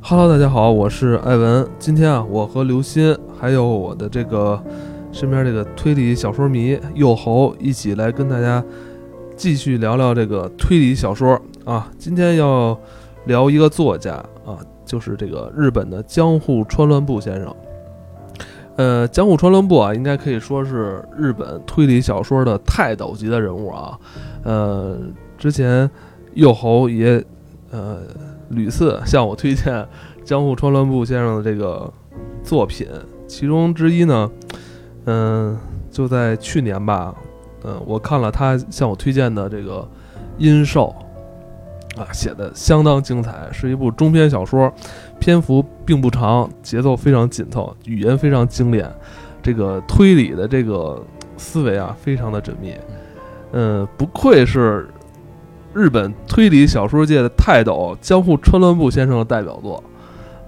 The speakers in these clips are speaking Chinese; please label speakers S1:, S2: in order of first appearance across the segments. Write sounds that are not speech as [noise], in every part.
S1: Hello，大家好，我是艾文。今天啊，我和刘鑫还有我的这个身边这个推理小说迷幼猴一起来跟大家继续聊聊这个推理小说啊。今天要聊一个作家啊，就是这个日本的江户川乱步先生。呃，江户川乱步啊，应该可以说是日本推理小说的泰斗级的人物啊。呃，之前幼猴也呃屡次向我推荐江户川乱步先生的这个作品，其中之一呢，嗯、就在去年吧，嗯、我看了他向我推荐的这个《阴兽》，啊，写的相当精彩，是一部中篇小说，篇幅并不长，节奏非常紧凑，语言非常精炼，这个推理的这个思维啊，非常的缜密，嗯、不愧是日本推理小说界的泰斗江户川乱步先生的代表作。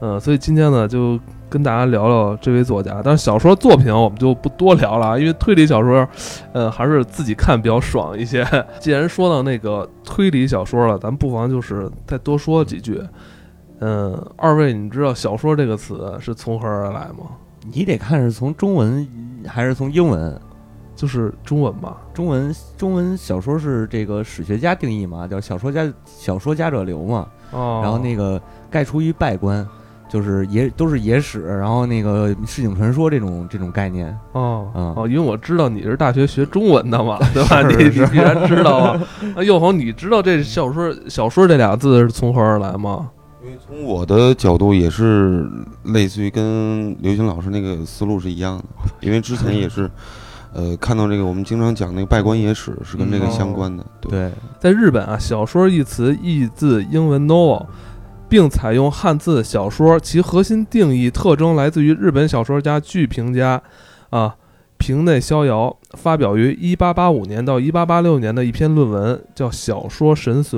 S1: 嗯、所以今天呢，就跟大家聊聊这位作家。但是小说作品我们就不多聊了啊，因为推理小说，呃，还是自己看比较爽一些。 [laughs] 既然说到那个推理小说了，咱不妨就是再多说几句。嗯、二位，你知道“小说”这个词是从何而来吗？
S2: 你得看是从中文还是从英文。
S1: 就是中文吧。
S2: 中文中文小说是这个史学家定义嘛，叫小说家小说家者流嘛。
S1: 哦，
S2: 然后那个概出于拜官，就是野都是野史，然后那个市井传说这种这种概念。
S1: 哦、
S2: 嗯
S1: 哦，因为我知道你是大学学中文
S2: [laughs]
S1: 的嘛，对吧？
S2: 是
S1: 你
S2: 是
S1: 你居然知道 [laughs] 啊？啊，佑红，你知道这小说“小说”这俩字是从何而来吗？
S3: 因为从我的角度也是类似于跟刘星老师那个思路是一样的，因为之前也是，呃，看到这个我们经常讲那个拜官野史是跟这个相关
S1: 嗯哦
S3: 的，对，
S2: 对，
S1: 在日本啊，“小说”一词译自英文 novel，并采用汉字“小说”，其核心定义特征来自于日本小说家、剧评家啊平内逍遥发表于1885年到1886年的一篇论文，叫《小说神髓》。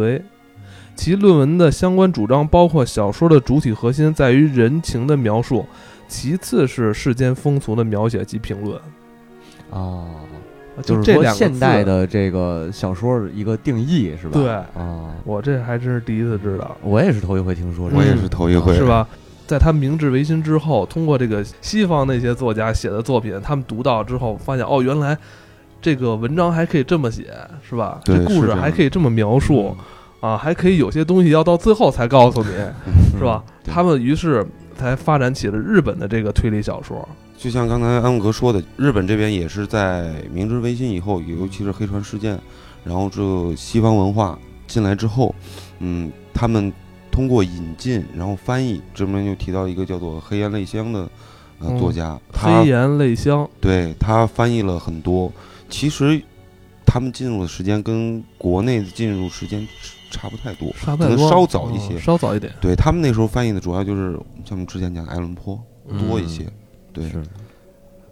S1: 其论文的相关主张包括：小说的主体核心在于人情的描述，其次是世间风俗的描写及评论。
S2: 哦，
S1: 啊
S2: 就是
S1: 这
S2: 说
S1: 两个
S2: 现
S1: 字
S2: 代，的这个小说的一个定义是吧？
S1: 对
S2: 啊，
S1: 我这还真是第一次知道。
S2: 我也是头一回听说这
S3: 我
S2: 个。
S3: 也是头一回，
S1: 嗯是？吧？在他明治维新之后，通过这个西方那些作家写的作品，他们读到之后发现，哦，原来这个文章还可以这么写，是吧？
S3: 对
S1: 这故
S3: 是这
S1: 事
S3: 样嗯
S1: 还可以这么描
S2: 嗯
S1: 述啊，还可以有些东西要到最后才告诉你， [laughs] 是吧？
S3: 嗯对
S1: 他们于是才发展起了日本的这个推理小说。
S3: 就像刚才安格说的，日本这边也是在明治维新以后，尤其是黑船事件，然后这西方文化进来之后，嗯，他们通过引进，然后翻译，这边又提到一个叫做黑岩泪香的
S1: 嗯
S3: 呃作家，他
S1: 黑岩泪香，
S3: 对他翻译了很多，其实他们进入的时间跟国内的进入时间差不太多。
S1: 沙
S3: 可
S1: 袋
S3: 能
S1: 多
S3: 稍早一些
S1: 嗯稍早一点。
S3: 对他们那时候翻译的主要就是像我们之前讲的爱伦坡
S2: 嗯
S3: 多一些，对。
S2: 是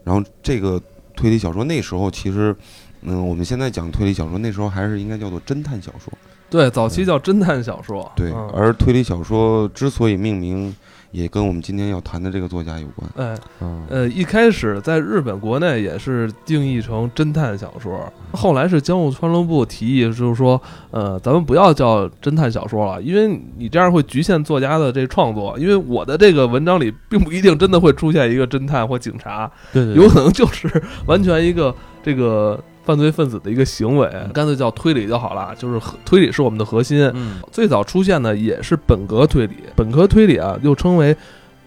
S3: 然后这个推理小说那时候其实，嗯，我们现在讲推理小说那时候还是应该叫做侦探小说，
S1: 对，早期叫侦探小说。
S3: 对。
S1: 嗯
S3: 而推理小说之所以命名，也跟我们今天要谈的这个作家有关。
S1: 哎，
S2: 嗯
S1: 呃，一开始在日本国内也是定义成侦探小说，后来是江户川乱步提议，就是说，呃，咱们不要叫侦探小说了，因为你这样会局限作家的这创作，因为我的这个文章里并不一定真的会出现一个侦探或警察，
S2: 对对
S1: 有可能就是完全一个这个犯罪分子的一个行为，干脆叫推理就好了，就是和推理是我们的核心，
S2: 嗯
S1: 最早出现的也是本格推理，本格推理啊又称为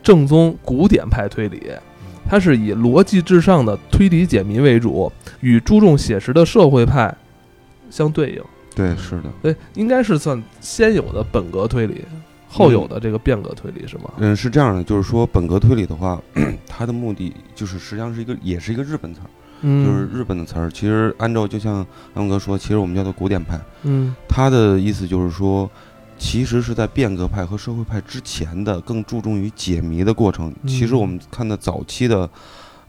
S1: 正宗古典派推理，
S3: 嗯
S1: 它是以逻辑至上的推理解谜为主，与注重写实的社会派相对应。
S3: 对，是的，
S1: 对，应该是算先有的本格推理，后有的这个变革推理是吗？
S3: 嗯，是这样的，就是说本格推理的话， [clears throat] 它的目的就是实际上是一个，也是一个日本词儿。
S1: 嗯，
S3: 就是日本的词儿。其实按照就像安哥说，其实我们叫做古典派，
S1: 嗯
S3: 他的意思就是说，其实是在变革派和社会派之前的，更注重于解谜的过程。
S1: 嗯
S3: 其实我们看的早期的，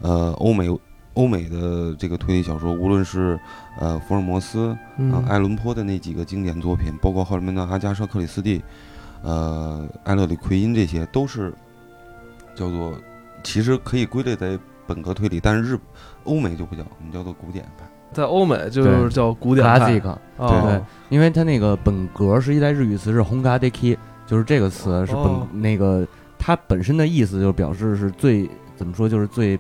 S3: 呃，欧美欧美的这个推理小说，无论是呃福尔摩斯、
S1: 嗯
S3: 啊，爱伦坡的那几个经典作品，包括后面的阿加莎·克里斯蒂，呃，艾勒里·奎因这些，都是叫做其实可以归类在本格推理，但是日欧美就不叫，我们叫做古典派。
S1: 在欧美就是
S2: 对
S1: 叫古典派
S2: classic，
S1: 哦
S2: 对因为它那个本格实际在日语词是 honga deki，就是这个词是本、
S1: 哦
S2: 那个它本身的意思就表示是最怎么说，就是最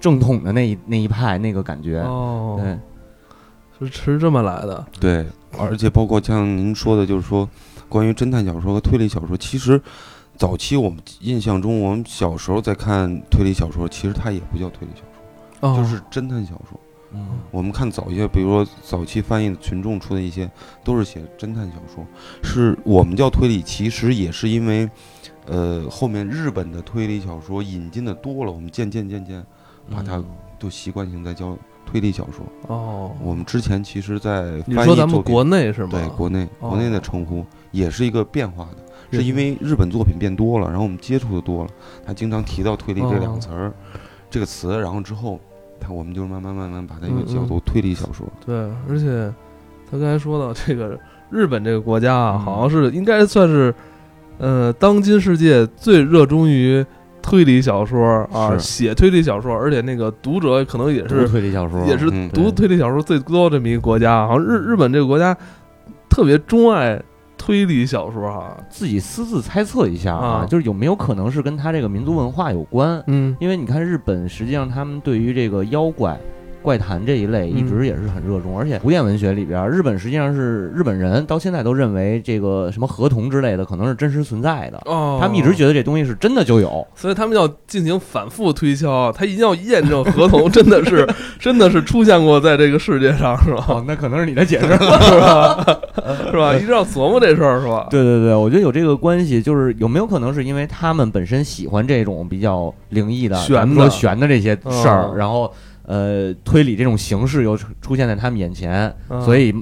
S2: 正统的那一那一派那个感觉。
S1: 哦，
S2: 对，
S1: 是是这么来的，
S3: 对，嗯而且包括像您说的，就是说关于侦探小说和推理小说，其实早期我们印象中，我们小时候在看推理小说，其实它也不叫推理小说，
S1: 哦，
S3: 就是侦探小说。
S2: 嗯
S3: 我们看早一些，比如说早期翻译的群众出的一些，都是写侦探小说，是我们叫推理，其实也是因为，呃，后面日本的推理小说引进的多了，我们渐渐渐渐把它都习惯性在叫推理小说。
S1: 哦，
S3: 我们之前其实，在
S1: 你
S3: 翻
S1: 说
S3: 译
S1: 咱们
S3: 作品
S1: 国内是吗？
S3: 对国内
S1: 哦
S3: 国内的称呼也是一个变化的，
S1: 也
S3: 是因为日本作品变多了，然后我们接触的多了，他经常提到推理这两
S1: 哦
S3: 个词儿，这个词，然后之后他我们就慢慢慢慢把它一个
S1: 嗯
S3: 叫
S1: 嗯
S3: 做推理小说。
S1: 对，而且他刚才说到这个日本这个国家啊，
S2: 嗯
S1: 好像是应该算是，呃，当今世界最热衷于推理小说啊，
S3: 是
S1: 写推理小说，而且那个读者可能也
S2: 是
S1: 是
S2: 推理小说，
S1: 也是
S3: 嗯
S1: 读推理小说最多这么一个国家，啊好像日日本这个国家特别钟爱推理小说啊哈、
S2: 自己私自猜测一下
S1: 啊
S2: 就是有没有可能是跟他这个民族文化有关？
S1: 嗯，
S2: 因为你看日本，实际上他们对于这个妖怪、怪谈这一类
S1: 嗯
S2: 一直也是很热衷，而且古典文学里边，日本实际上是日本人到现在都认为这个什么合同之类的可能是真实存在的，
S1: 哦，
S2: 他们一直觉得这东西是真的就有。
S1: 所以他们要进行反复推敲，啊他一定要验证合同真的
S2: [laughs]
S1: 是真的是出现过在这个世界上，是吧？
S2: 哦，那可能是你的解释。
S1: [laughs] 是吧？是吧？一定要琢磨这事儿，是吧？
S2: [laughs] 对对对，我觉得有这个关系，就是有没有可能是因为他们本身喜欢这种比较灵异的、嗯
S1: 玄的
S2: 咱们说玄的这些事儿，
S1: 哦
S2: 然后呃推理这种形式又出出现在他们眼前，
S1: 嗯
S2: 所以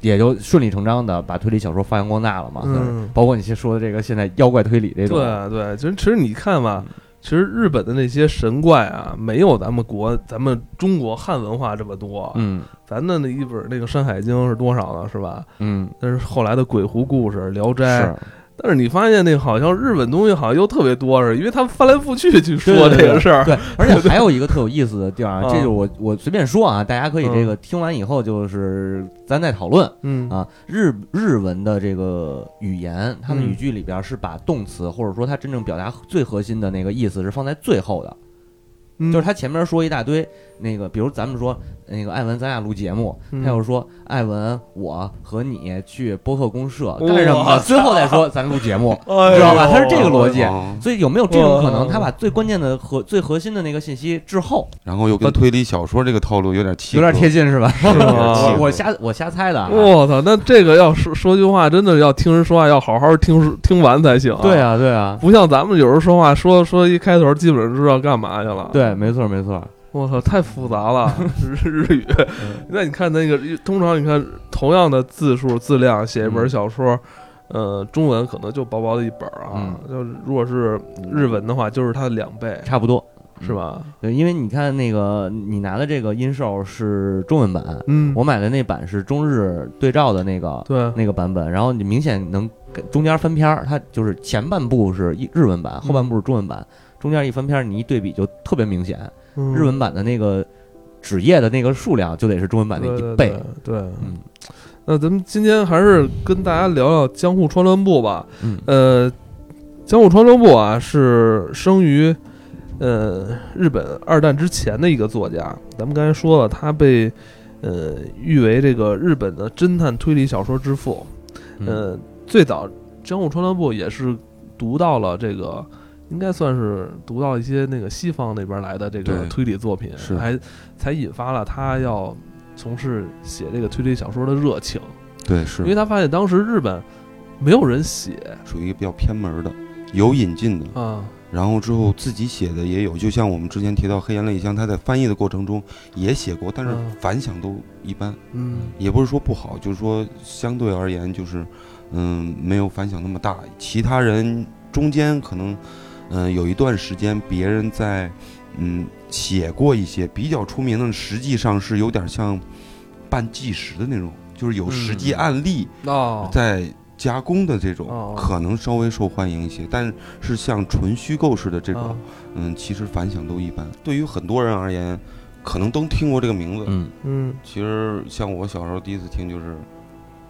S2: 也就顺理成章的把推理小说发扬光大了嘛。
S1: 嗯
S2: 算是包括你先说的这个现在妖怪推理这种，嗯
S1: 对对，其实其实你看吧，其实日本的那些神怪啊，没有咱们国咱们中国汉文化这么多。啊
S2: 嗯
S1: 咱的那一本那个《山海经》是多少呢？是吧？
S2: 嗯，
S1: 那是后来的鬼狐故事、聊斋。
S2: 是
S1: 但是你发现那个好像日本东西好像又特别多似的，因为他们翻来覆去去
S2: 对
S1: 说
S2: 对
S1: 这
S2: 对
S1: 个事儿。
S2: 对，而且还有一个特有意思的地儿
S1: [laughs]
S2: 啊，
S1: 嗯
S2: 这就是我我随便说啊，大家可以这个听完以后就是咱再讨论。
S1: 嗯
S2: 啊，日日文的这个语言，它的
S1: 嗯
S2: 语句里边是把动词或者说它真正表达最核心的那个意思是放在最后的，
S1: 嗯
S2: 就是他前面说一大堆那个，比如咱们说那个艾文，咱俩录节目，
S1: 嗯
S2: 他又说艾文我和你去播客公社
S1: 哇
S2: 干什么的，最后再说咱录
S1: [laughs]
S2: 节目，
S1: 哎呦
S2: 知道吧？他是这个逻辑。
S3: 哦
S2: 所以有没有这种可能，
S1: 哇
S2: 他把最关键的和最核心的那个信息滞后，
S3: 然后又跟推理小说这个套路有点契
S2: 有
S3: 合， [laughs]
S2: 点贴近是吧？
S3: 有点
S1: 啊
S3: 契
S2: 我
S3: 合
S2: 我瞎我瞎猜的啊，
S1: 我操，那这个要说说句话，真的要听人说话，要好好听听完才行、
S2: 对，啊对啊，
S1: 不像咱们有时候说话，说说一开头基本上知道干嘛去了。，
S2: 对，没错没错，
S1: 我靠，太复杂
S2: [laughs]
S1: 了，日日语
S2: 嗯。
S1: 那你看那个，通常你看同样的字数字量写一本
S2: 嗯
S1: 小说。呃，中文可能就薄薄的一本儿啊，
S2: 嗯
S1: 就是如果是日文的话，就是它的两倍，
S2: 差不多。
S1: 是吧？
S2: 对，因为你看那个你拿的这个音兽是中文版，
S1: 嗯，
S2: 我买的那版是中日对照的那个
S1: 对，
S2: 那个版本，然后你明显能跟中间翻篇儿，它就是前半部是一日文版，后半部是中文版，中间一翻篇儿你一对比就特别明显，
S1: 嗯
S2: 日文版的那个纸页的那个数量就得是中文版的一倍。
S1: 对对对，对
S2: 嗯
S1: 那咱们今天还是跟大家聊聊江户川乱步吧。
S2: 嗯
S1: 呃，江户川乱步啊，是生于呃日本二战之前的一个作家。咱们刚才说了，他被呃誉为这个日本的侦探推理小说之父。
S2: 嗯
S1: 呃，最早江户川乱步也是读到了这个，应该算是读到一些那个西方那边来的这个
S3: 对
S1: 推理作品，
S3: 是
S1: 还才引发了他要从事写这个推理小说的热情，因
S3: 对
S1: 为
S3: 是
S1: 他发现当时日本没有人写
S3: 属于比较偏门的，有引进的，
S1: 啊，
S3: 然后之后自己写的也有，就像我们之前提到《黑岩泪香》，他在翻译的过程中也写过，但是
S1: 嗯
S3: 反响都一般，
S1: 嗯
S3: 也不是说不好，就是说相对而言就是，嗯，没有反响那么大。其他人中间可能，嗯，有一段时间别人在，嗯，写过一些比较出名的，实际上是有点像办纪实的那种，就是有实际
S2: 嗯
S3: 案例。
S1: 哦，
S3: 在加工的这
S1: 哦
S3: 种，可能稍微受欢迎一些，但是像纯虚构式的这
S1: 啊
S3: 种，嗯，其实反响都一般。对于很多人而言，可能都听过这个名字。
S2: 嗯
S1: 嗯
S3: 其实像我小时候第一次听，就是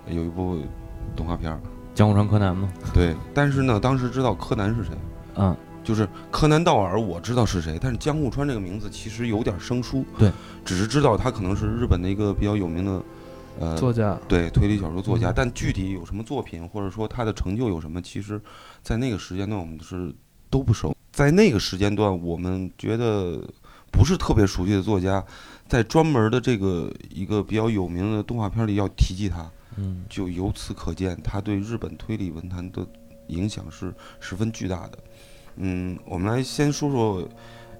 S3: 有一部动画片儿，
S2: 江户川柯南嘛，
S3: 对。但是呢，当时知道柯南是谁，
S2: 嗯，
S3: 就是柯南道尔，我知道是谁，但是江户川这个名字其实有点生疏，
S2: 对，
S3: 只是知道他可能是日本的一个比较有名的，呃，
S1: 作家，
S3: 对推理小说作家，但具体有什么作品或者说他的成就有什么，其实，在那个时间段我们是都不熟。在那个时间段，我们觉得不是特别熟悉的作家，在专门的这个一个比较有名的动画片里要提及他，
S2: 嗯，
S3: 就由此可见，他对日本推理文坛的影响是十分巨大的。嗯，我们来先说说，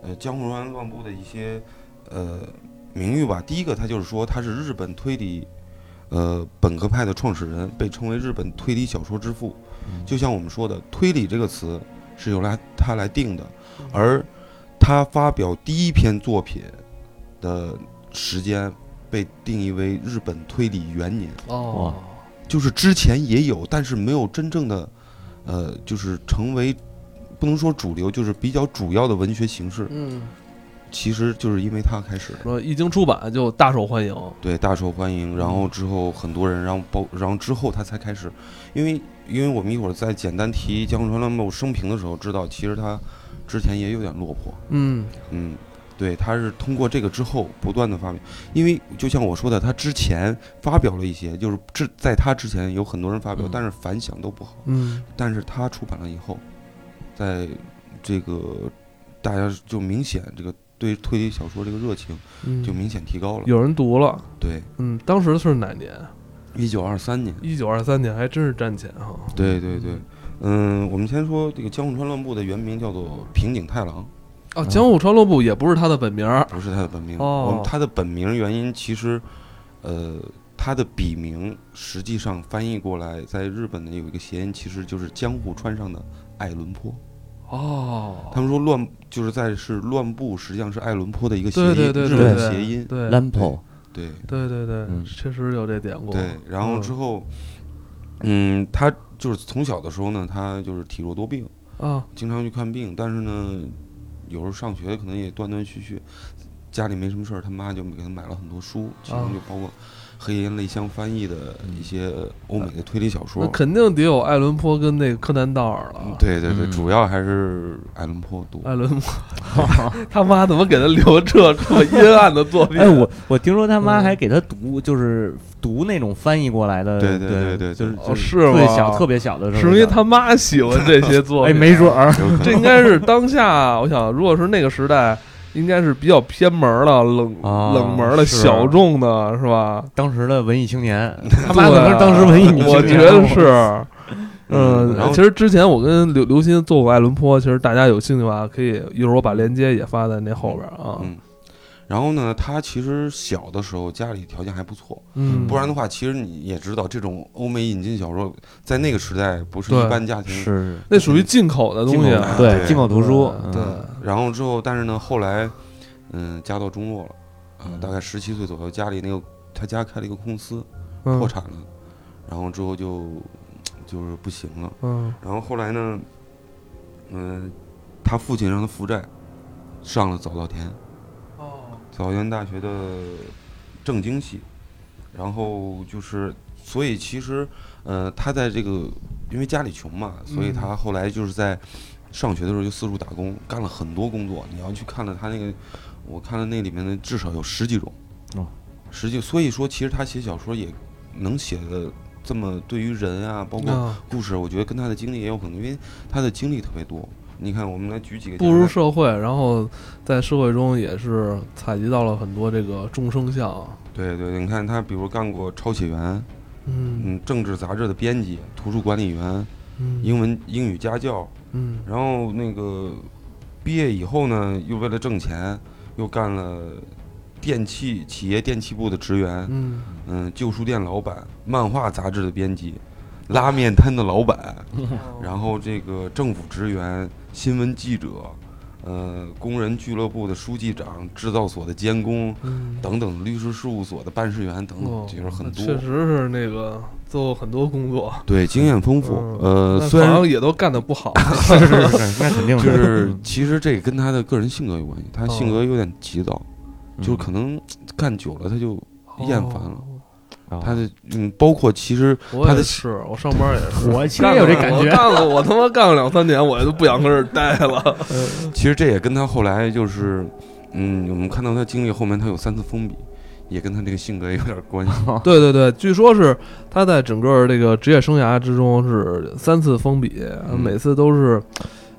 S3: 呃，江户川乱步的一些呃名誉吧。第一个，他就是说他是日本推理。呃，本格派的创始人被称为日本推理小说之父。就像我们说的，推理这个词是由来他来定的，而他发表第一篇作品的时间被定义为日本推理元年。
S1: 哦，
S3: 就是之前也有，但是没有真正的，呃，就是成为不能说主流，就是比较主要的文学形式，
S1: 嗯，
S3: 其实就是因为它开始的。
S1: 说一经出版就大受欢迎，
S3: 对，大受欢迎。然后之后很多人，然后包，然后之后他才开始，因为因为我们一会儿在简单提江户川乱步生平的时候，知道其实他之前也有点落魄，
S1: 嗯，
S3: 嗯，对，他是通过这个之后不断的发表，因为就像我说的，他之前发表了一些，就是之在他之前有很多人发表，
S2: 嗯
S3: 但是反响都不好，
S1: 嗯，
S3: 但是他出版了以后，在这个大家就明显这个对推理小说这个热情
S1: 嗯
S3: 就明显提高了，
S1: 有人读了，
S3: 对，
S1: 嗯，当时是哪年？
S3: 一九二三年。
S1: 一九二三年，还真是战前哈，
S3: 对对对，嗯，我们先说这个江户川乱步的原名叫做平井太郎，
S1: 哦，江户川乱步也不是他的本名儿，
S3: 不是他的本名。
S1: 哦
S3: 我们他的本名原因其实，呃，他的笔名实际上翻译过来，在日本呢有一个谐音，其实就是江户川上的爱伦坡。
S1: 哦，
S3: 他们说乱就是在是乱步，实际上是爱伦坡的一个谐音，
S1: 对对对
S3: 日
S1: 对
S3: 本
S1: 对，
S3: 谐音。
S1: 对
S2: Lampo，
S3: 对
S1: 对对对，
S2: 嗯
S1: 确实有这典故，
S3: 对，然后之后，嗯，他就是从小的时候呢，他就是体弱多病。
S1: 啊，
S3: 经常去看病，但是呢，有时候上学可能也断断续续，家里没什么事儿，他妈就给他买了很多书，其中
S1: 啊
S3: 就包括黑岩泪香翻译的一些欧美的推理小
S1: 嗯那
S3: 说。
S1: 肯定得有爱伦坡跟那个柯南道尔
S3: 嗯
S1: 了。
S3: 对对对，
S2: 嗯
S3: 主要还是爱伦坡多。
S1: 爱伦坡， [laughs] 他妈怎么给他留这这么阴暗的作品？
S2: 哎，我我听说他妈
S1: 嗯
S2: 还给他读，就是读那种翻译过来的，
S3: 对对
S2: 对
S3: 对对
S2: 就是
S3: 哦
S2: 就是
S1: 吗
S2: 最小特别小的时候，
S1: 是因为他妈喜欢这些作
S2: 哎
S1: 品。啊
S2: 没准儿，
S3: 有可能
S1: 嗯这应该是当下，我想，如果是那个时代，应该是比较偏门儿的、冷、
S2: 啊
S1: 冷门儿的、
S2: 是
S1: 小众的，是吧？
S2: [laughs] 当时的文艺青年，啊他
S1: 他
S2: 妈可能是当时文艺女青年，
S1: 我觉得是。
S3: 嗯然
S1: 嗯，
S3: 后
S1: 其实之前我跟刘刘鑫做过爱伦坡，其实大家有兴趣的话，可以一会儿我把链接也发在那后边啊。
S3: 嗯然后呢，他其实小的时候家里条件还不错，
S1: 嗯，
S3: 不然的话，其实你也知道，这种欧美引进小说在那个时代不是
S1: 对
S3: 一般家庭
S2: 是
S1: 那属于进口的东西啊，
S3: 口的
S2: 对
S3: 对
S2: 进口图书，
S1: 对
S2: 嗯，
S3: 然后之后，但是呢，后来，嗯，家道中落了，啊、
S2: 嗯
S3: 大概十七岁左右，家里那个他家开了一个公司，
S1: 嗯
S3: 破产了，然后之后就嗯就是不行了，
S1: 嗯
S3: 然后后来呢，嗯、他父亲让他负债，上了早稻田，
S1: 哦，
S3: 早稻田大学的政经系，然后就是，所以其实，呃，他在这个因为家里穷嘛，所以
S1: 嗯
S3: 他后来就是在上学的时候就四处打工，干了很多工作。你要去看了他那个，我看了那里面的至少有十几种，
S2: 哦，
S3: 十几。所以说，其实他写小说也能写的这么对于人啊，包括
S1: 啊，
S3: 故事，我觉得跟他的经历也有很多，因为他的经历特别多。你看，我们来举几个
S1: 步
S3: 简
S1: 入
S3: 单
S1: 社会，然后在社会中也是采集到了很多这个众生相。啊
S3: 对对，对你看他，比如干过抄写员，
S1: 嗯
S3: 嗯，政治杂志的编辑、图书管理员、
S1: 嗯
S3: 英文英语家教，
S1: 嗯
S3: 然后那个毕业以后呢，又为了挣钱，又干了电器企业电器部的职员，
S1: 嗯，
S3: 嗯，旧书店老板，漫画杂志的编辑，拉面摊的老板，
S1: 嗯
S3: 然后这个政府职员、新闻记者，呃，工人俱乐部的书记长、制造所的监工
S1: 嗯
S3: 等等，律师事务所的办事员等等，就是很多，
S1: 哦确实是那个做过很多工作，
S3: 对，经验丰富。
S1: 但
S3: 呃，
S1: 嗯好
S3: 虽然
S1: 像也都干得不
S3: [laughs]
S1: 好。
S2: 是是是，
S1: [laughs]
S2: 那肯定
S3: 就是
S2: 嗯
S3: 其实这跟他的个人性格有关系，他
S1: 哦嗯哦
S3: 性格有点急躁，就是可能干久了他就厌烦了。
S2: 哦
S3: 它的嗯，包括其实
S1: 我
S3: 他
S1: 也
S3: 的
S1: 是，我上班也是，
S4: 我其实也有这感
S1: 我
S4: 觉，
S1: 干了，我他妈干了两三年，我就不想跟这儿待
S3: [laughs]
S1: 了。
S3: 其实这也跟他后来就是，嗯，我们看到他经历后面他有三次封闭，也跟他这个性格有点
S1: [laughs]
S3: 关系。
S1: 对对对，据说是他在整个这个职业生涯之中是三次封笔，
S3: 嗯
S1: 每次都是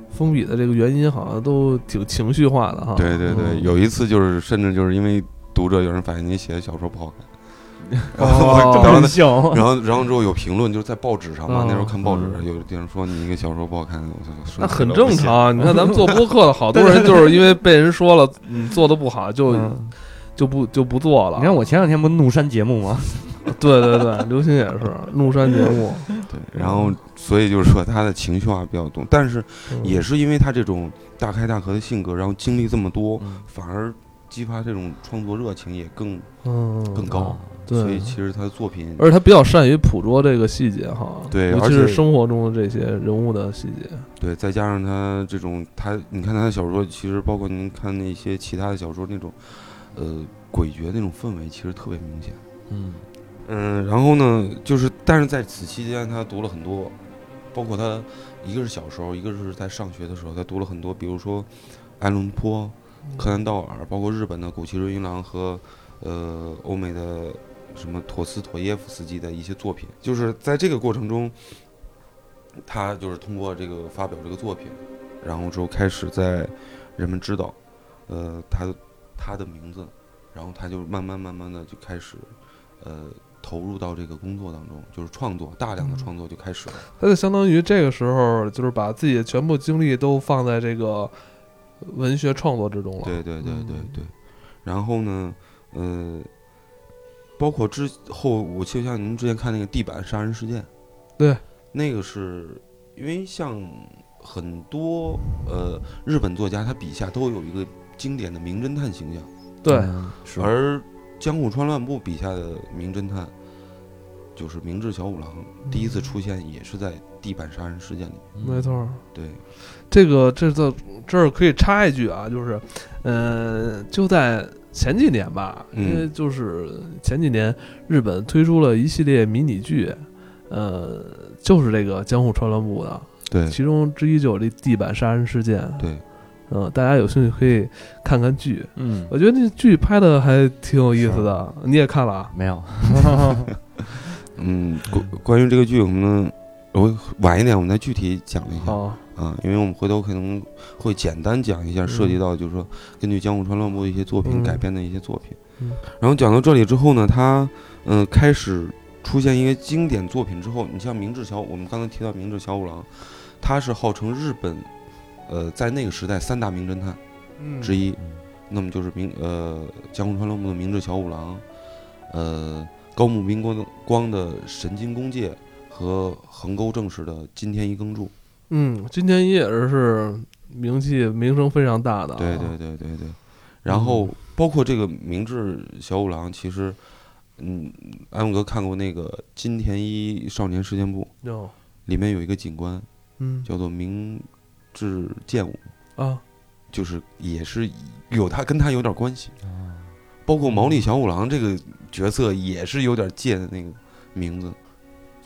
S1: 封笔的这个原因好像都挺情绪化的哈。
S3: 对对对，
S1: 嗯
S3: 有一次就是甚至就是因为读者有人反映你写的小说不好
S1: [laughs]
S3: 看， [laughs] 然
S1: 哦
S3: 后然后
S4: 很像。
S3: 然后然后之后有评论就是在报纸上嘛，
S1: 哦
S3: 那时候看报纸
S2: 嗯
S3: 有的人说你一个小说不好看，我就生气
S1: 那
S3: 了
S1: 很正。常啊。你看咱们做播客
S3: [laughs]
S1: 的，好多人就是因为被人说了，嗯，做的不好就
S2: 嗯
S1: 就不就不做了。
S2: [laughs] 你看我前两天不怒删节目吗？
S1: 对对对，刘鑫也是怒删节目，
S3: 我不写对，然后所以就是说他的情绪化比较重，但是
S1: 嗯
S3: 也是因为他这种大开大合的性格，然后经历这么多，
S2: 嗯
S3: 反而激发这种创作热情也更
S1: 嗯
S3: 更高。所
S1: 对
S3: 以。其实他的作品
S1: 而且他比较善于捕捉这个细节哈，
S3: 对
S1: 尤其
S3: 而
S1: 是
S3: 且
S1: 生活中的这些人物的细节，
S3: 对，再加上他这种他，你看他的小说，其实包括您看那些其他的小说那种，呃，诡谲那种氛围，其实特别明显。
S2: 嗯，
S3: 嗯，然后呢，就是但是在此期间，他读了很多，包括他一个是小时候，一个是在上学的时候，他读了很多，比如说爱伦坡、柯南道尔，包括日本的谷崎润一郎和呃欧美的什么陀思妥耶夫斯基的一些作品。就是在这个过程中，他就是通过这个发表这个作品，然后之后开始在人们知道，呃，他的他的名字，然后他就慢慢慢慢的就开始，呃，投入到这个工作当中，就是创作，大量的创作就开始了。
S1: 他就相当于这个时候就是把自己的全部精力都放在这个文学创作之中了。
S3: 对对对对
S1: 嗯
S3: 对。然后呢，呃，包括之后，我就像您之前看那个地板杀人事件，
S1: 对，
S3: 那个是因为像很多呃日本作家，他笔下都有一个经典的名侦探形象，
S1: 对，
S2: 嗯是
S3: 而江户川乱步笔下的名侦探。就是明智小五郎第
S1: 嗯
S3: 一次出现，也是在地板杀人事件里面。
S2: 嗯
S1: 没错儿。
S3: 对，
S1: 这个这这这儿可以插一句啊，就是，呃，就在前几年吧，
S3: 嗯
S1: 因为就是前几年日本推出了一系列迷你剧，呃，就是这个江户川乱步的，
S3: 对
S1: 其中之一就有这地板杀人事件，
S3: 对，
S1: 嗯、大家有兴趣可以看看剧，
S2: 嗯
S1: 我觉得那剧拍的还挺有意思的，你也看了啊？
S2: 没有，
S3: 嗯，关关于这个剧，我们我晚一点我们再具体讲一下
S1: 好，
S3: 啊，因为我们回头可能会简单讲一下，
S1: 嗯
S3: 涉及到就是说根据江户川乱步的一些作品
S1: 嗯
S3: 改编的一些作品
S1: 嗯。
S3: 然后讲到这里之后呢，他嗯、呃开始出现一个经典作品之后，你像明治小，我们刚才提到明治小五郎，他是号称日本呃在那个时代三大名侦探。
S1: 嗯
S3: 之一。那么就是明呃江户川乱步的明智小五郎，呃高木彬光的光的神经弓介和横沟正史的金田一耕助。
S1: 嗯，今天也是名气名声非常大的、啊，嗯
S3: 对对对对对。然后包括这个明智小五郎，其实嗯，安永哥看过那个金田一少年事件簿，
S1: 哟，
S3: 里面有一个警官
S1: 嗯
S3: 叫做明智健武，
S1: 啊，
S3: 就是也是有他跟他有点关系，
S1: 啊
S3: 包括毛
S1: 嗯
S3: 利小五郎这个角色也是有点借的那个名字，
S1: 嗯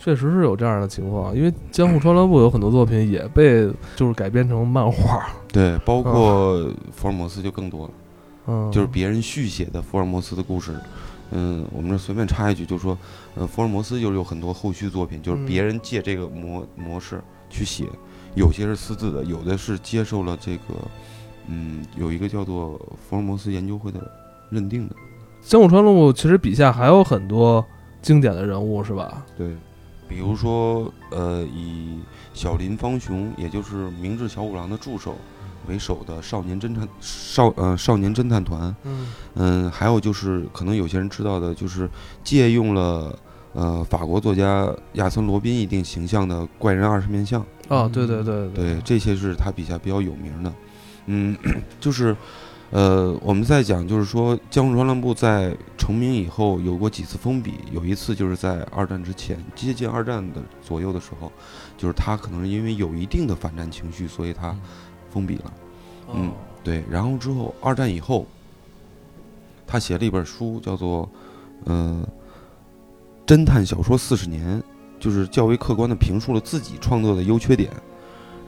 S1: 确实是有这样的情况，因为江户川乱步有很多作品也被就是改编成漫画，
S3: 对，包括福尔摩斯就更多了，
S1: 嗯，
S3: 就是别人续写的福尔摩斯的故事。嗯，我们这随便插一句，就说，呃，福尔摩斯就是有很多后续作品，就是
S1: 嗯
S3: 别人借这个模模式去写，有些是私自的，有的是接受了这个，嗯，有一个叫做福尔摩斯研究会的认定的，
S1: 江户川乱步其实笔下还有很多经典的人物，是吧？
S3: 对，比如说，呃，以小林芳雄，也就是明智小五郎的助手为首的少年侦探少呃少年侦探团，
S1: 嗯
S3: 嗯，还有就是可能有些人知道的，就是借用了呃法国作家亚森罗宾一定形象的怪人二十面相，
S1: 啊，对对对
S3: 对，这些是他笔下比较有名的，嗯， [clears throat] 就是。呃，我们在讲，就是说，江户川乱步在成名以后有过几次封笔，有一次就是在二战之前，接近二战的左右的时候，就是他可能因为有一定的反战情绪，所以他
S2: 嗯
S3: 封笔了。嗯
S1: 哦
S3: 对，然后之后二战以后，他写了一本书，叫做呃侦探小说四十年，就是较为客观的评述了自己创作的优缺点。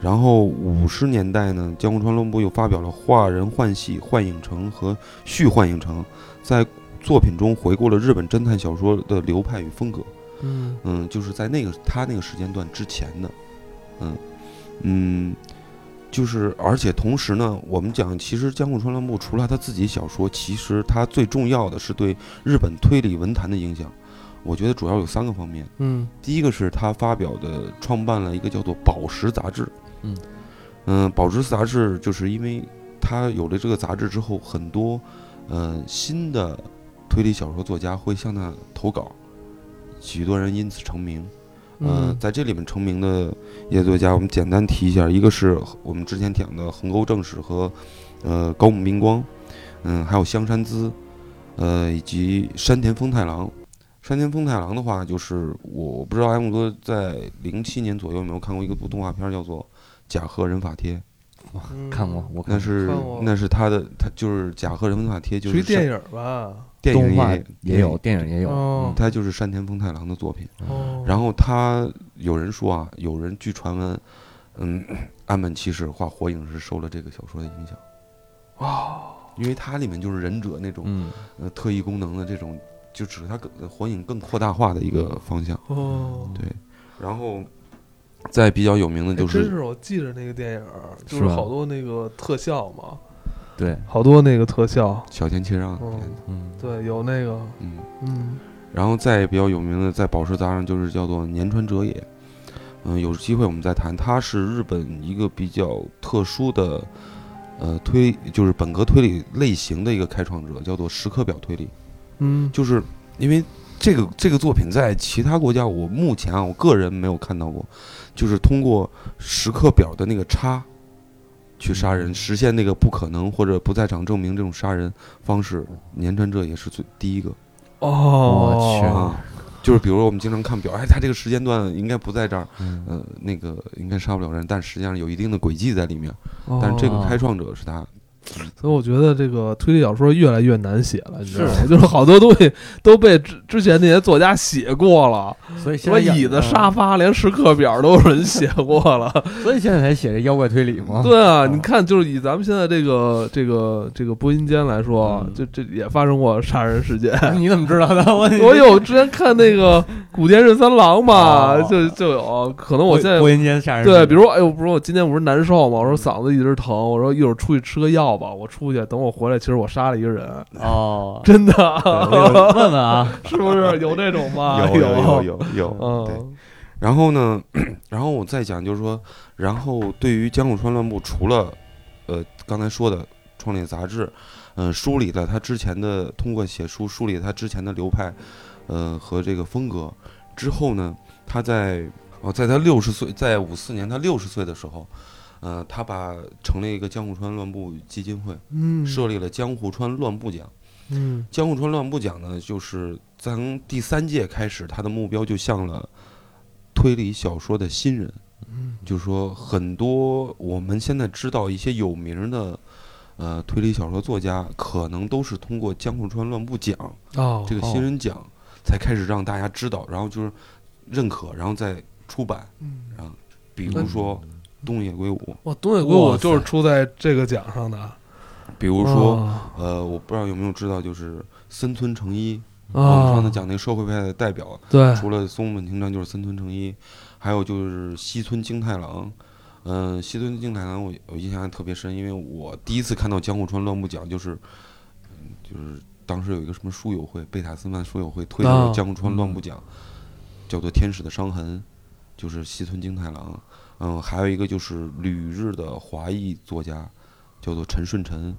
S3: 然后五十年代呢，江户川乱步又发表了《画人幻戏》《幻影城》和《续幻影城》，在作品中回顾了日本侦探小说的流派与风格。
S1: 嗯
S3: 嗯，就是在那个他那个时间段之前的，嗯嗯，就是而且同时呢，我们讲，其实江户川乱步除了他自己小说，其实他最重要的是对日本推理文坛的影响。我觉得主要有三个方面，
S1: 嗯
S3: 第一个是他发表的创办了一个叫做《宝石》杂志，
S2: 嗯
S3: 嗯，《宝石》杂志就是因为他有了这个杂志之后，很多呃新的推理小说作家会向他投稿，许多人因此成名。呃
S1: 嗯，
S3: 在这里面成名的一些作家，我们简单提一下，一个是我们之前讲的横沟正史和呃高木明光，嗯，还有香山资，呃，以及山田丰太郎。山田丰太郎的话，就是我我不知道艾姆多在零七年左右有没有看过一个部动画片，叫做《甲贺忍法帖》，
S1: 嗯
S2: 看过，我
S3: 那
S2: 看
S3: 是
S1: 看过
S3: 那是他的，他就是《甲贺忍法帖》，就
S1: 属于
S3: 是
S1: 电
S3: 山
S1: 影吧？
S3: 电影
S2: 动画也
S3: 也
S2: 有，，电影也有，
S1: 哦
S2: 嗯
S3: 他就是山田丰太郎的作品。
S1: 哦，
S3: 嗯然后他有人说啊，有人据传闻，嗯，岸本齐史画《火影》是受了这个小说的影响，
S1: 哦，
S3: 因为它里面就是忍者那种、
S2: 嗯，
S3: 呃特异功能的这种，就只是它更《火影》更扩大化的一个方向。
S1: 哦，
S3: 对，然后再比较有名的
S1: 哎
S3: 就
S1: 真
S3: 是
S1: 是我记着那个电影儿，就是是
S2: 吧
S1: 好多那个特效嘛，
S2: 对，
S1: 好多那个特效，
S3: 小田切让，
S1: 哦
S2: 嗯，
S1: 对，有那个，
S3: 嗯，
S1: 嗯
S3: 然后再比较有名的在宝石杂上就是叫做年川哲也，嗯，有机会我们再谈。他是日本一个比较特殊的，呃，推就是本格推理类型的一个开创者，叫做时刻表推理。
S1: 嗯，
S3: 就是因为这个这个作品在其他国家，我目前啊，我个人没有看到过，就是通过时刻表的那个叉去杀人，实现那个不可能或者不在场证明这种杀人方式，年川哲也是最第一个。
S1: 哦，
S2: 我去
S3: 啊，就是比如说我们经常看表，哎，他这个时间段应该不在这儿，
S2: 嗯
S3: 呃，那个应该杀不了人，但实际上有一定的轨迹在里面。
S1: 哦
S3: 但是这个开创者是他，
S1: 所以我觉得这个推理小说越来越难写了，你知道吗？
S2: 是
S1: 就是好多东西都被之之前那些作家写过了，
S2: 所以
S1: 什么椅
S2: 嗯
S1: 子、沙发，连时刻表都有人写过
S2: [laughs]
S1: 了。
S2: 所以现在才写这妖怪推理嘛。
S1: 对啊，你看，就是以咱们现在这个这个这个播音间来说
S2: 嗯，
S1: 就这也发生过杀人事件。
S2: [laughs] 你怎么知道的？我
S1: 我有之前看那个《古田任三郎》嘛，
S2: 哦
S1: 就就有可能我现在
S2: 播音间吓人。
S1: 对，比如说，哎呦，不是我今天不是难受嘛，我说
S2: 嗯
S1: 嗓子一直疼，我说一会儿出去吃个药吧，我出去等我回来，其实我杀了一个人，
S2: 哦，
S1: 真的，
S2: 对我有
S1: [laughs]
S2: 问问啊，
S1: 是不 [laughs] 是有这种吗？
S3: 啊有有有有，对。
S1: 嗯，
S3: 然后呢， [clears throat] 然后我再讲就是说，然后对于江户川乱步，除了呃刚才说的创立杂志，嗯、梳理了他之前的通过写书梳理他之前的流派，呃和这个风格之后呢，他在哦在他六十岁，在五四年他六十岁的时候，呃他把成立一个江户川乱步基金会，
S1: 嗯，
S3: 设立了江户川乱步奖。
S1: 嗯，
S3: 江户川乱步奖呢，就是从第三届开始，他的目标就向了推理小说的新人，
S1: 嗯
S3: 就是说很多我们现在知道一些有名的呃推理小说作家，可能都是通过江户川乱步奖
S1: 哦，
S3: 这个新人奖才开始让大家知道，然后就是认可，然后再出版，
S1: 嗯
S3: 然后比如说东野圭吾，
S1: 哇，东野圭吾就是出在这个奖上的，
S3: 比如说
S1: 啊
S3: 呃，我不知道有没有知道，就是森村诚一，我们上次
S1: 啊，
S3: 讲那个社会派的代表。
S1: 对，
S3: 除了松本清张就是森村诚一，还有就是西村京太郎。嗯、西村京太郎我我印象还特别深，因为我第一次看到江户川乱步奖就是，嗯就是当时有一个什么书友会，贝塔斯曼书友会推出
S1: 啊
S3: 了江户川乱步奖，叫做《天使的伤痕》，就是西村京太郎。嗯，还有一个就是旅日的华裔作家，叫做陈顺臣，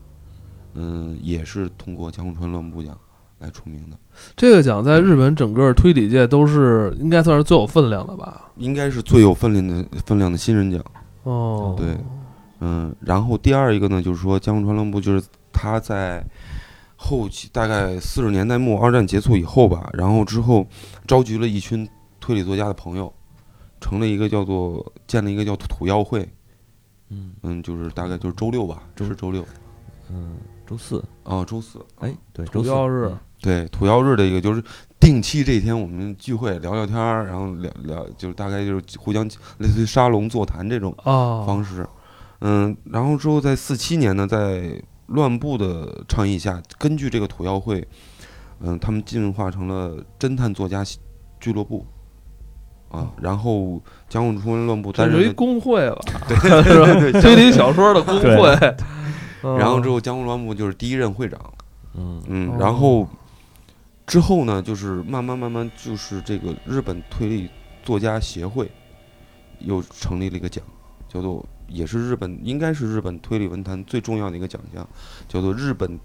S3: 嗯，也是通过江户川乱步奖来出名的，
S1: 这个奖在日本整个推理界都是应该算是最有分量的吧？
S3: 应该是最有分量的分量的新人奖。
S1: 哦，
S3: 对，嗯，然后第二一个呢，就是说江户川乱步，就是他在后期大概四十年代末，二战结束以后吧，然后之后召集了一群推理作家的朋友，成了一个叫做建了一个叫土药会，
S2: 嗯
S3: 嗯，就是大概就是周六吧，
S2: 周
S3: 是周六
S2: 嗯，周四，
S3: 啊，周四，
S2: 哎，对，周
S1: 哦主
S2: 四
S1: 要是
S3: 对土曜日的一个就是定期这一天我们聚会聊聊天儿，然后聊聊就是大概就是互相类似于沙龙座谈这种
S1: 啊，
S3: 方式，嗯，然后之后在四七年呢，在乱步的倡议下，根据这个土曜会，嗯，他们进化成了侦探作家俱乐部。啊，然后江户川乱步
S1: 这
S3: 担
S1: 是
S3: 任
S1: 一
S3: 了
S1: 工会吧？ [laughs] 对推理小说的工会。嗯
S3: 然后之后江户川木就是第一任会长，
S2: 嗯
S3: 嗯
S1: 哦，
S3: 然后之后呢，就是慢慢慢慢就是这个日本推理作家协会又成立了一个奖，叫做也是日本应该是日本推理文坛最重要的一个奖项，叫做日本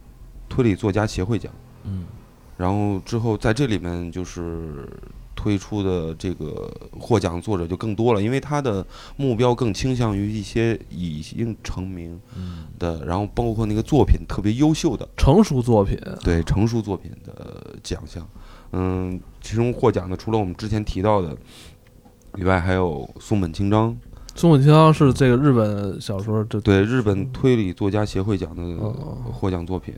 S3: 推理作家协会奖。
S2: 嗯
S3: 然后之后在这里面就是推出的这个获奖作者就更多了，因为他的目标更倾向于一些已经成名
S2: 嗯
S3: 的，然后包括那个作品特别优秀的，
S1: 成熟作品，
S3: 对成熟作品的奖项。嗯，其中获奖的除了我们之前提到的以外，还有松本清张，
S1: 松本清张是这个日本小说这
S3: 对日本推理作家协会奖的
S1: 嗯哦
S3: 获奖作品，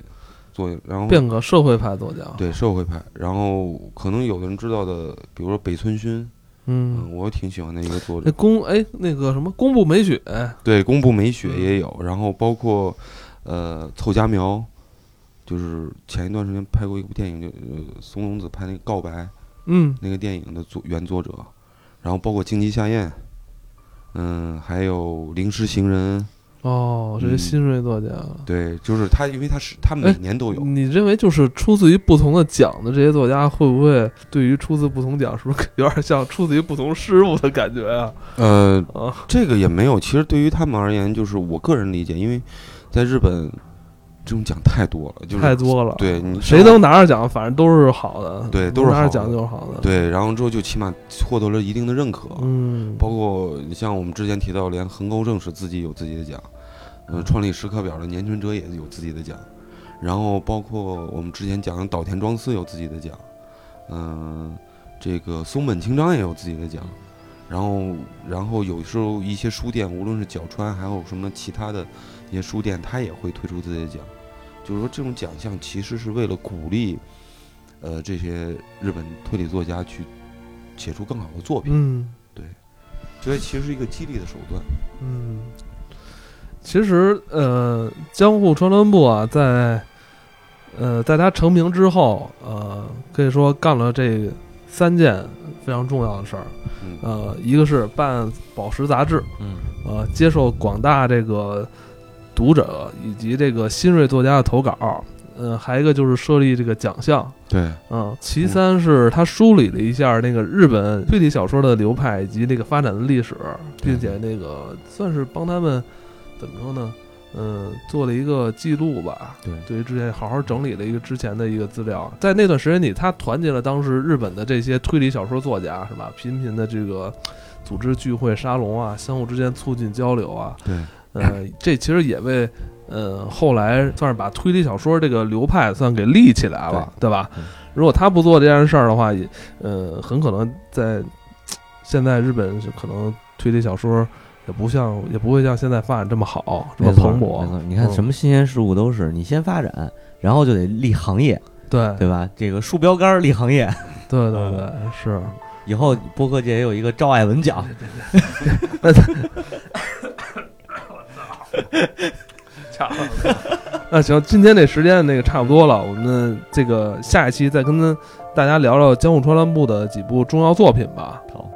S3: 作然后
S1: 变革社会派作家。
S3: 对社会派，然后可能有的人知道的，比如说北村薰，
S1: 嗯，
S3: 嗯，我挺喜欢的一个作者
S1: 那，宫哎那个什么宫部美雪，
S3: 对宫部美雪
S1: 嗯
S3: 也有，然后包括呃凑佳苗。就是前一段时间拍过一部电影，就呃松隆子拍那个《告白》，
S1: 嗯，
S3: 那个电影的作原作者，然后包括《荆棘夏宴》，嗯，还有《临时行人》，
S1: 哦，这些
S3: 嗯
S1: 新锐作家。
S3: 对，就是他，因为他是他
S1: 哎
S3: 每年都有，
S1: 你认为就是出自于不同的奖的这些作家，会不会对于出自不同奖，是不是 [laughs] 有点像出自于不同师傅的感觉啊？
S3: 呃，
S1: 啊，
S3: 这个也没有。其实对于他们而言，就是我个人理解，因为在日本这种奖太多了，就是
S1: 太多了。
S3: 对你
S1: 谁能拿着奖，反正都是好的。
S3: 对
S1: 能
S3: 都是
S1: 拿着
S3: 好的
S1: 奖就是好的。，
S3: 对，然后之后就起码获得了一定的认可，
S1: 嗯，
S3: 包括你像我们之前提到，连横沟正史自己有自己的奖，呃，创立时刻表的年群哲也有自己的奖，然后包括我们之前讲的岛田庄司有自己的奖，嗯、这个松本清张也有自己的奖，然后然后有时候一些书店，无论是角川还有什么其他的一些书店，它也会推出自己的奖，就是说这种奖项其实是为了鼓励，呃，这些日本推理作家去写出更好的作品。
S1: 嗯
S3: 所以其实是一个激励的手段。
S1: 嗯，其实呃，江户川乱步啊，在呃，在他成名之后，呃，可以说干了这三件非常重要的事儿。
S3: 嗯
S1: 呃，一个是办《宝石》杂志，
S2: 嗯
S1: 呃，接受广大这个读者以及这个新锐作家的投稿。呃，还一个就是设立这个奖项，
S3: 对，
S1: 嗯，其三是他梳理了一下那个日本推理小说的流派以及那个发展的历史，并且那个算是帮他们怎么说呢？嗯，做了一个记录吧。
S3: 对
S1: 对于之前好好整理了一个之前的一个资料，在那段时间里，他团结了当时日本的这些推理小说作家，是吧？频频的这个组织聚会、沙龙啊，相互之间促进交流
S2: [laughs]
S1: 啊。
S3: 对，
S1: 呃，这其实也为呃后来算是把推理小说这个流派算给立起来了，对吧
S2: 嗯？
S1: 如果他不做这件事儿的话，也呃很可能在嘖现在日本可能推理小说也不像也不会像现在发展这么好，这么
S2: 没错
S1: 蓬
S2: 没
S1: 勃。
S2: 错，你看
S1: 嗯
S2: 什么新鲜事物都是你先发展，然后就得立行业，
S1: 对
S2: 对吧？这个树标杆儿立行业，
S1: 对对对，是。
S2: 以后播客界也有一个赵爱文奖，
S1: [laughs] 那行，今天这时间那个差不多了，我们这个下一期再跟大家聊聊江户川乱步的几部重要作品吧。
S2: 好，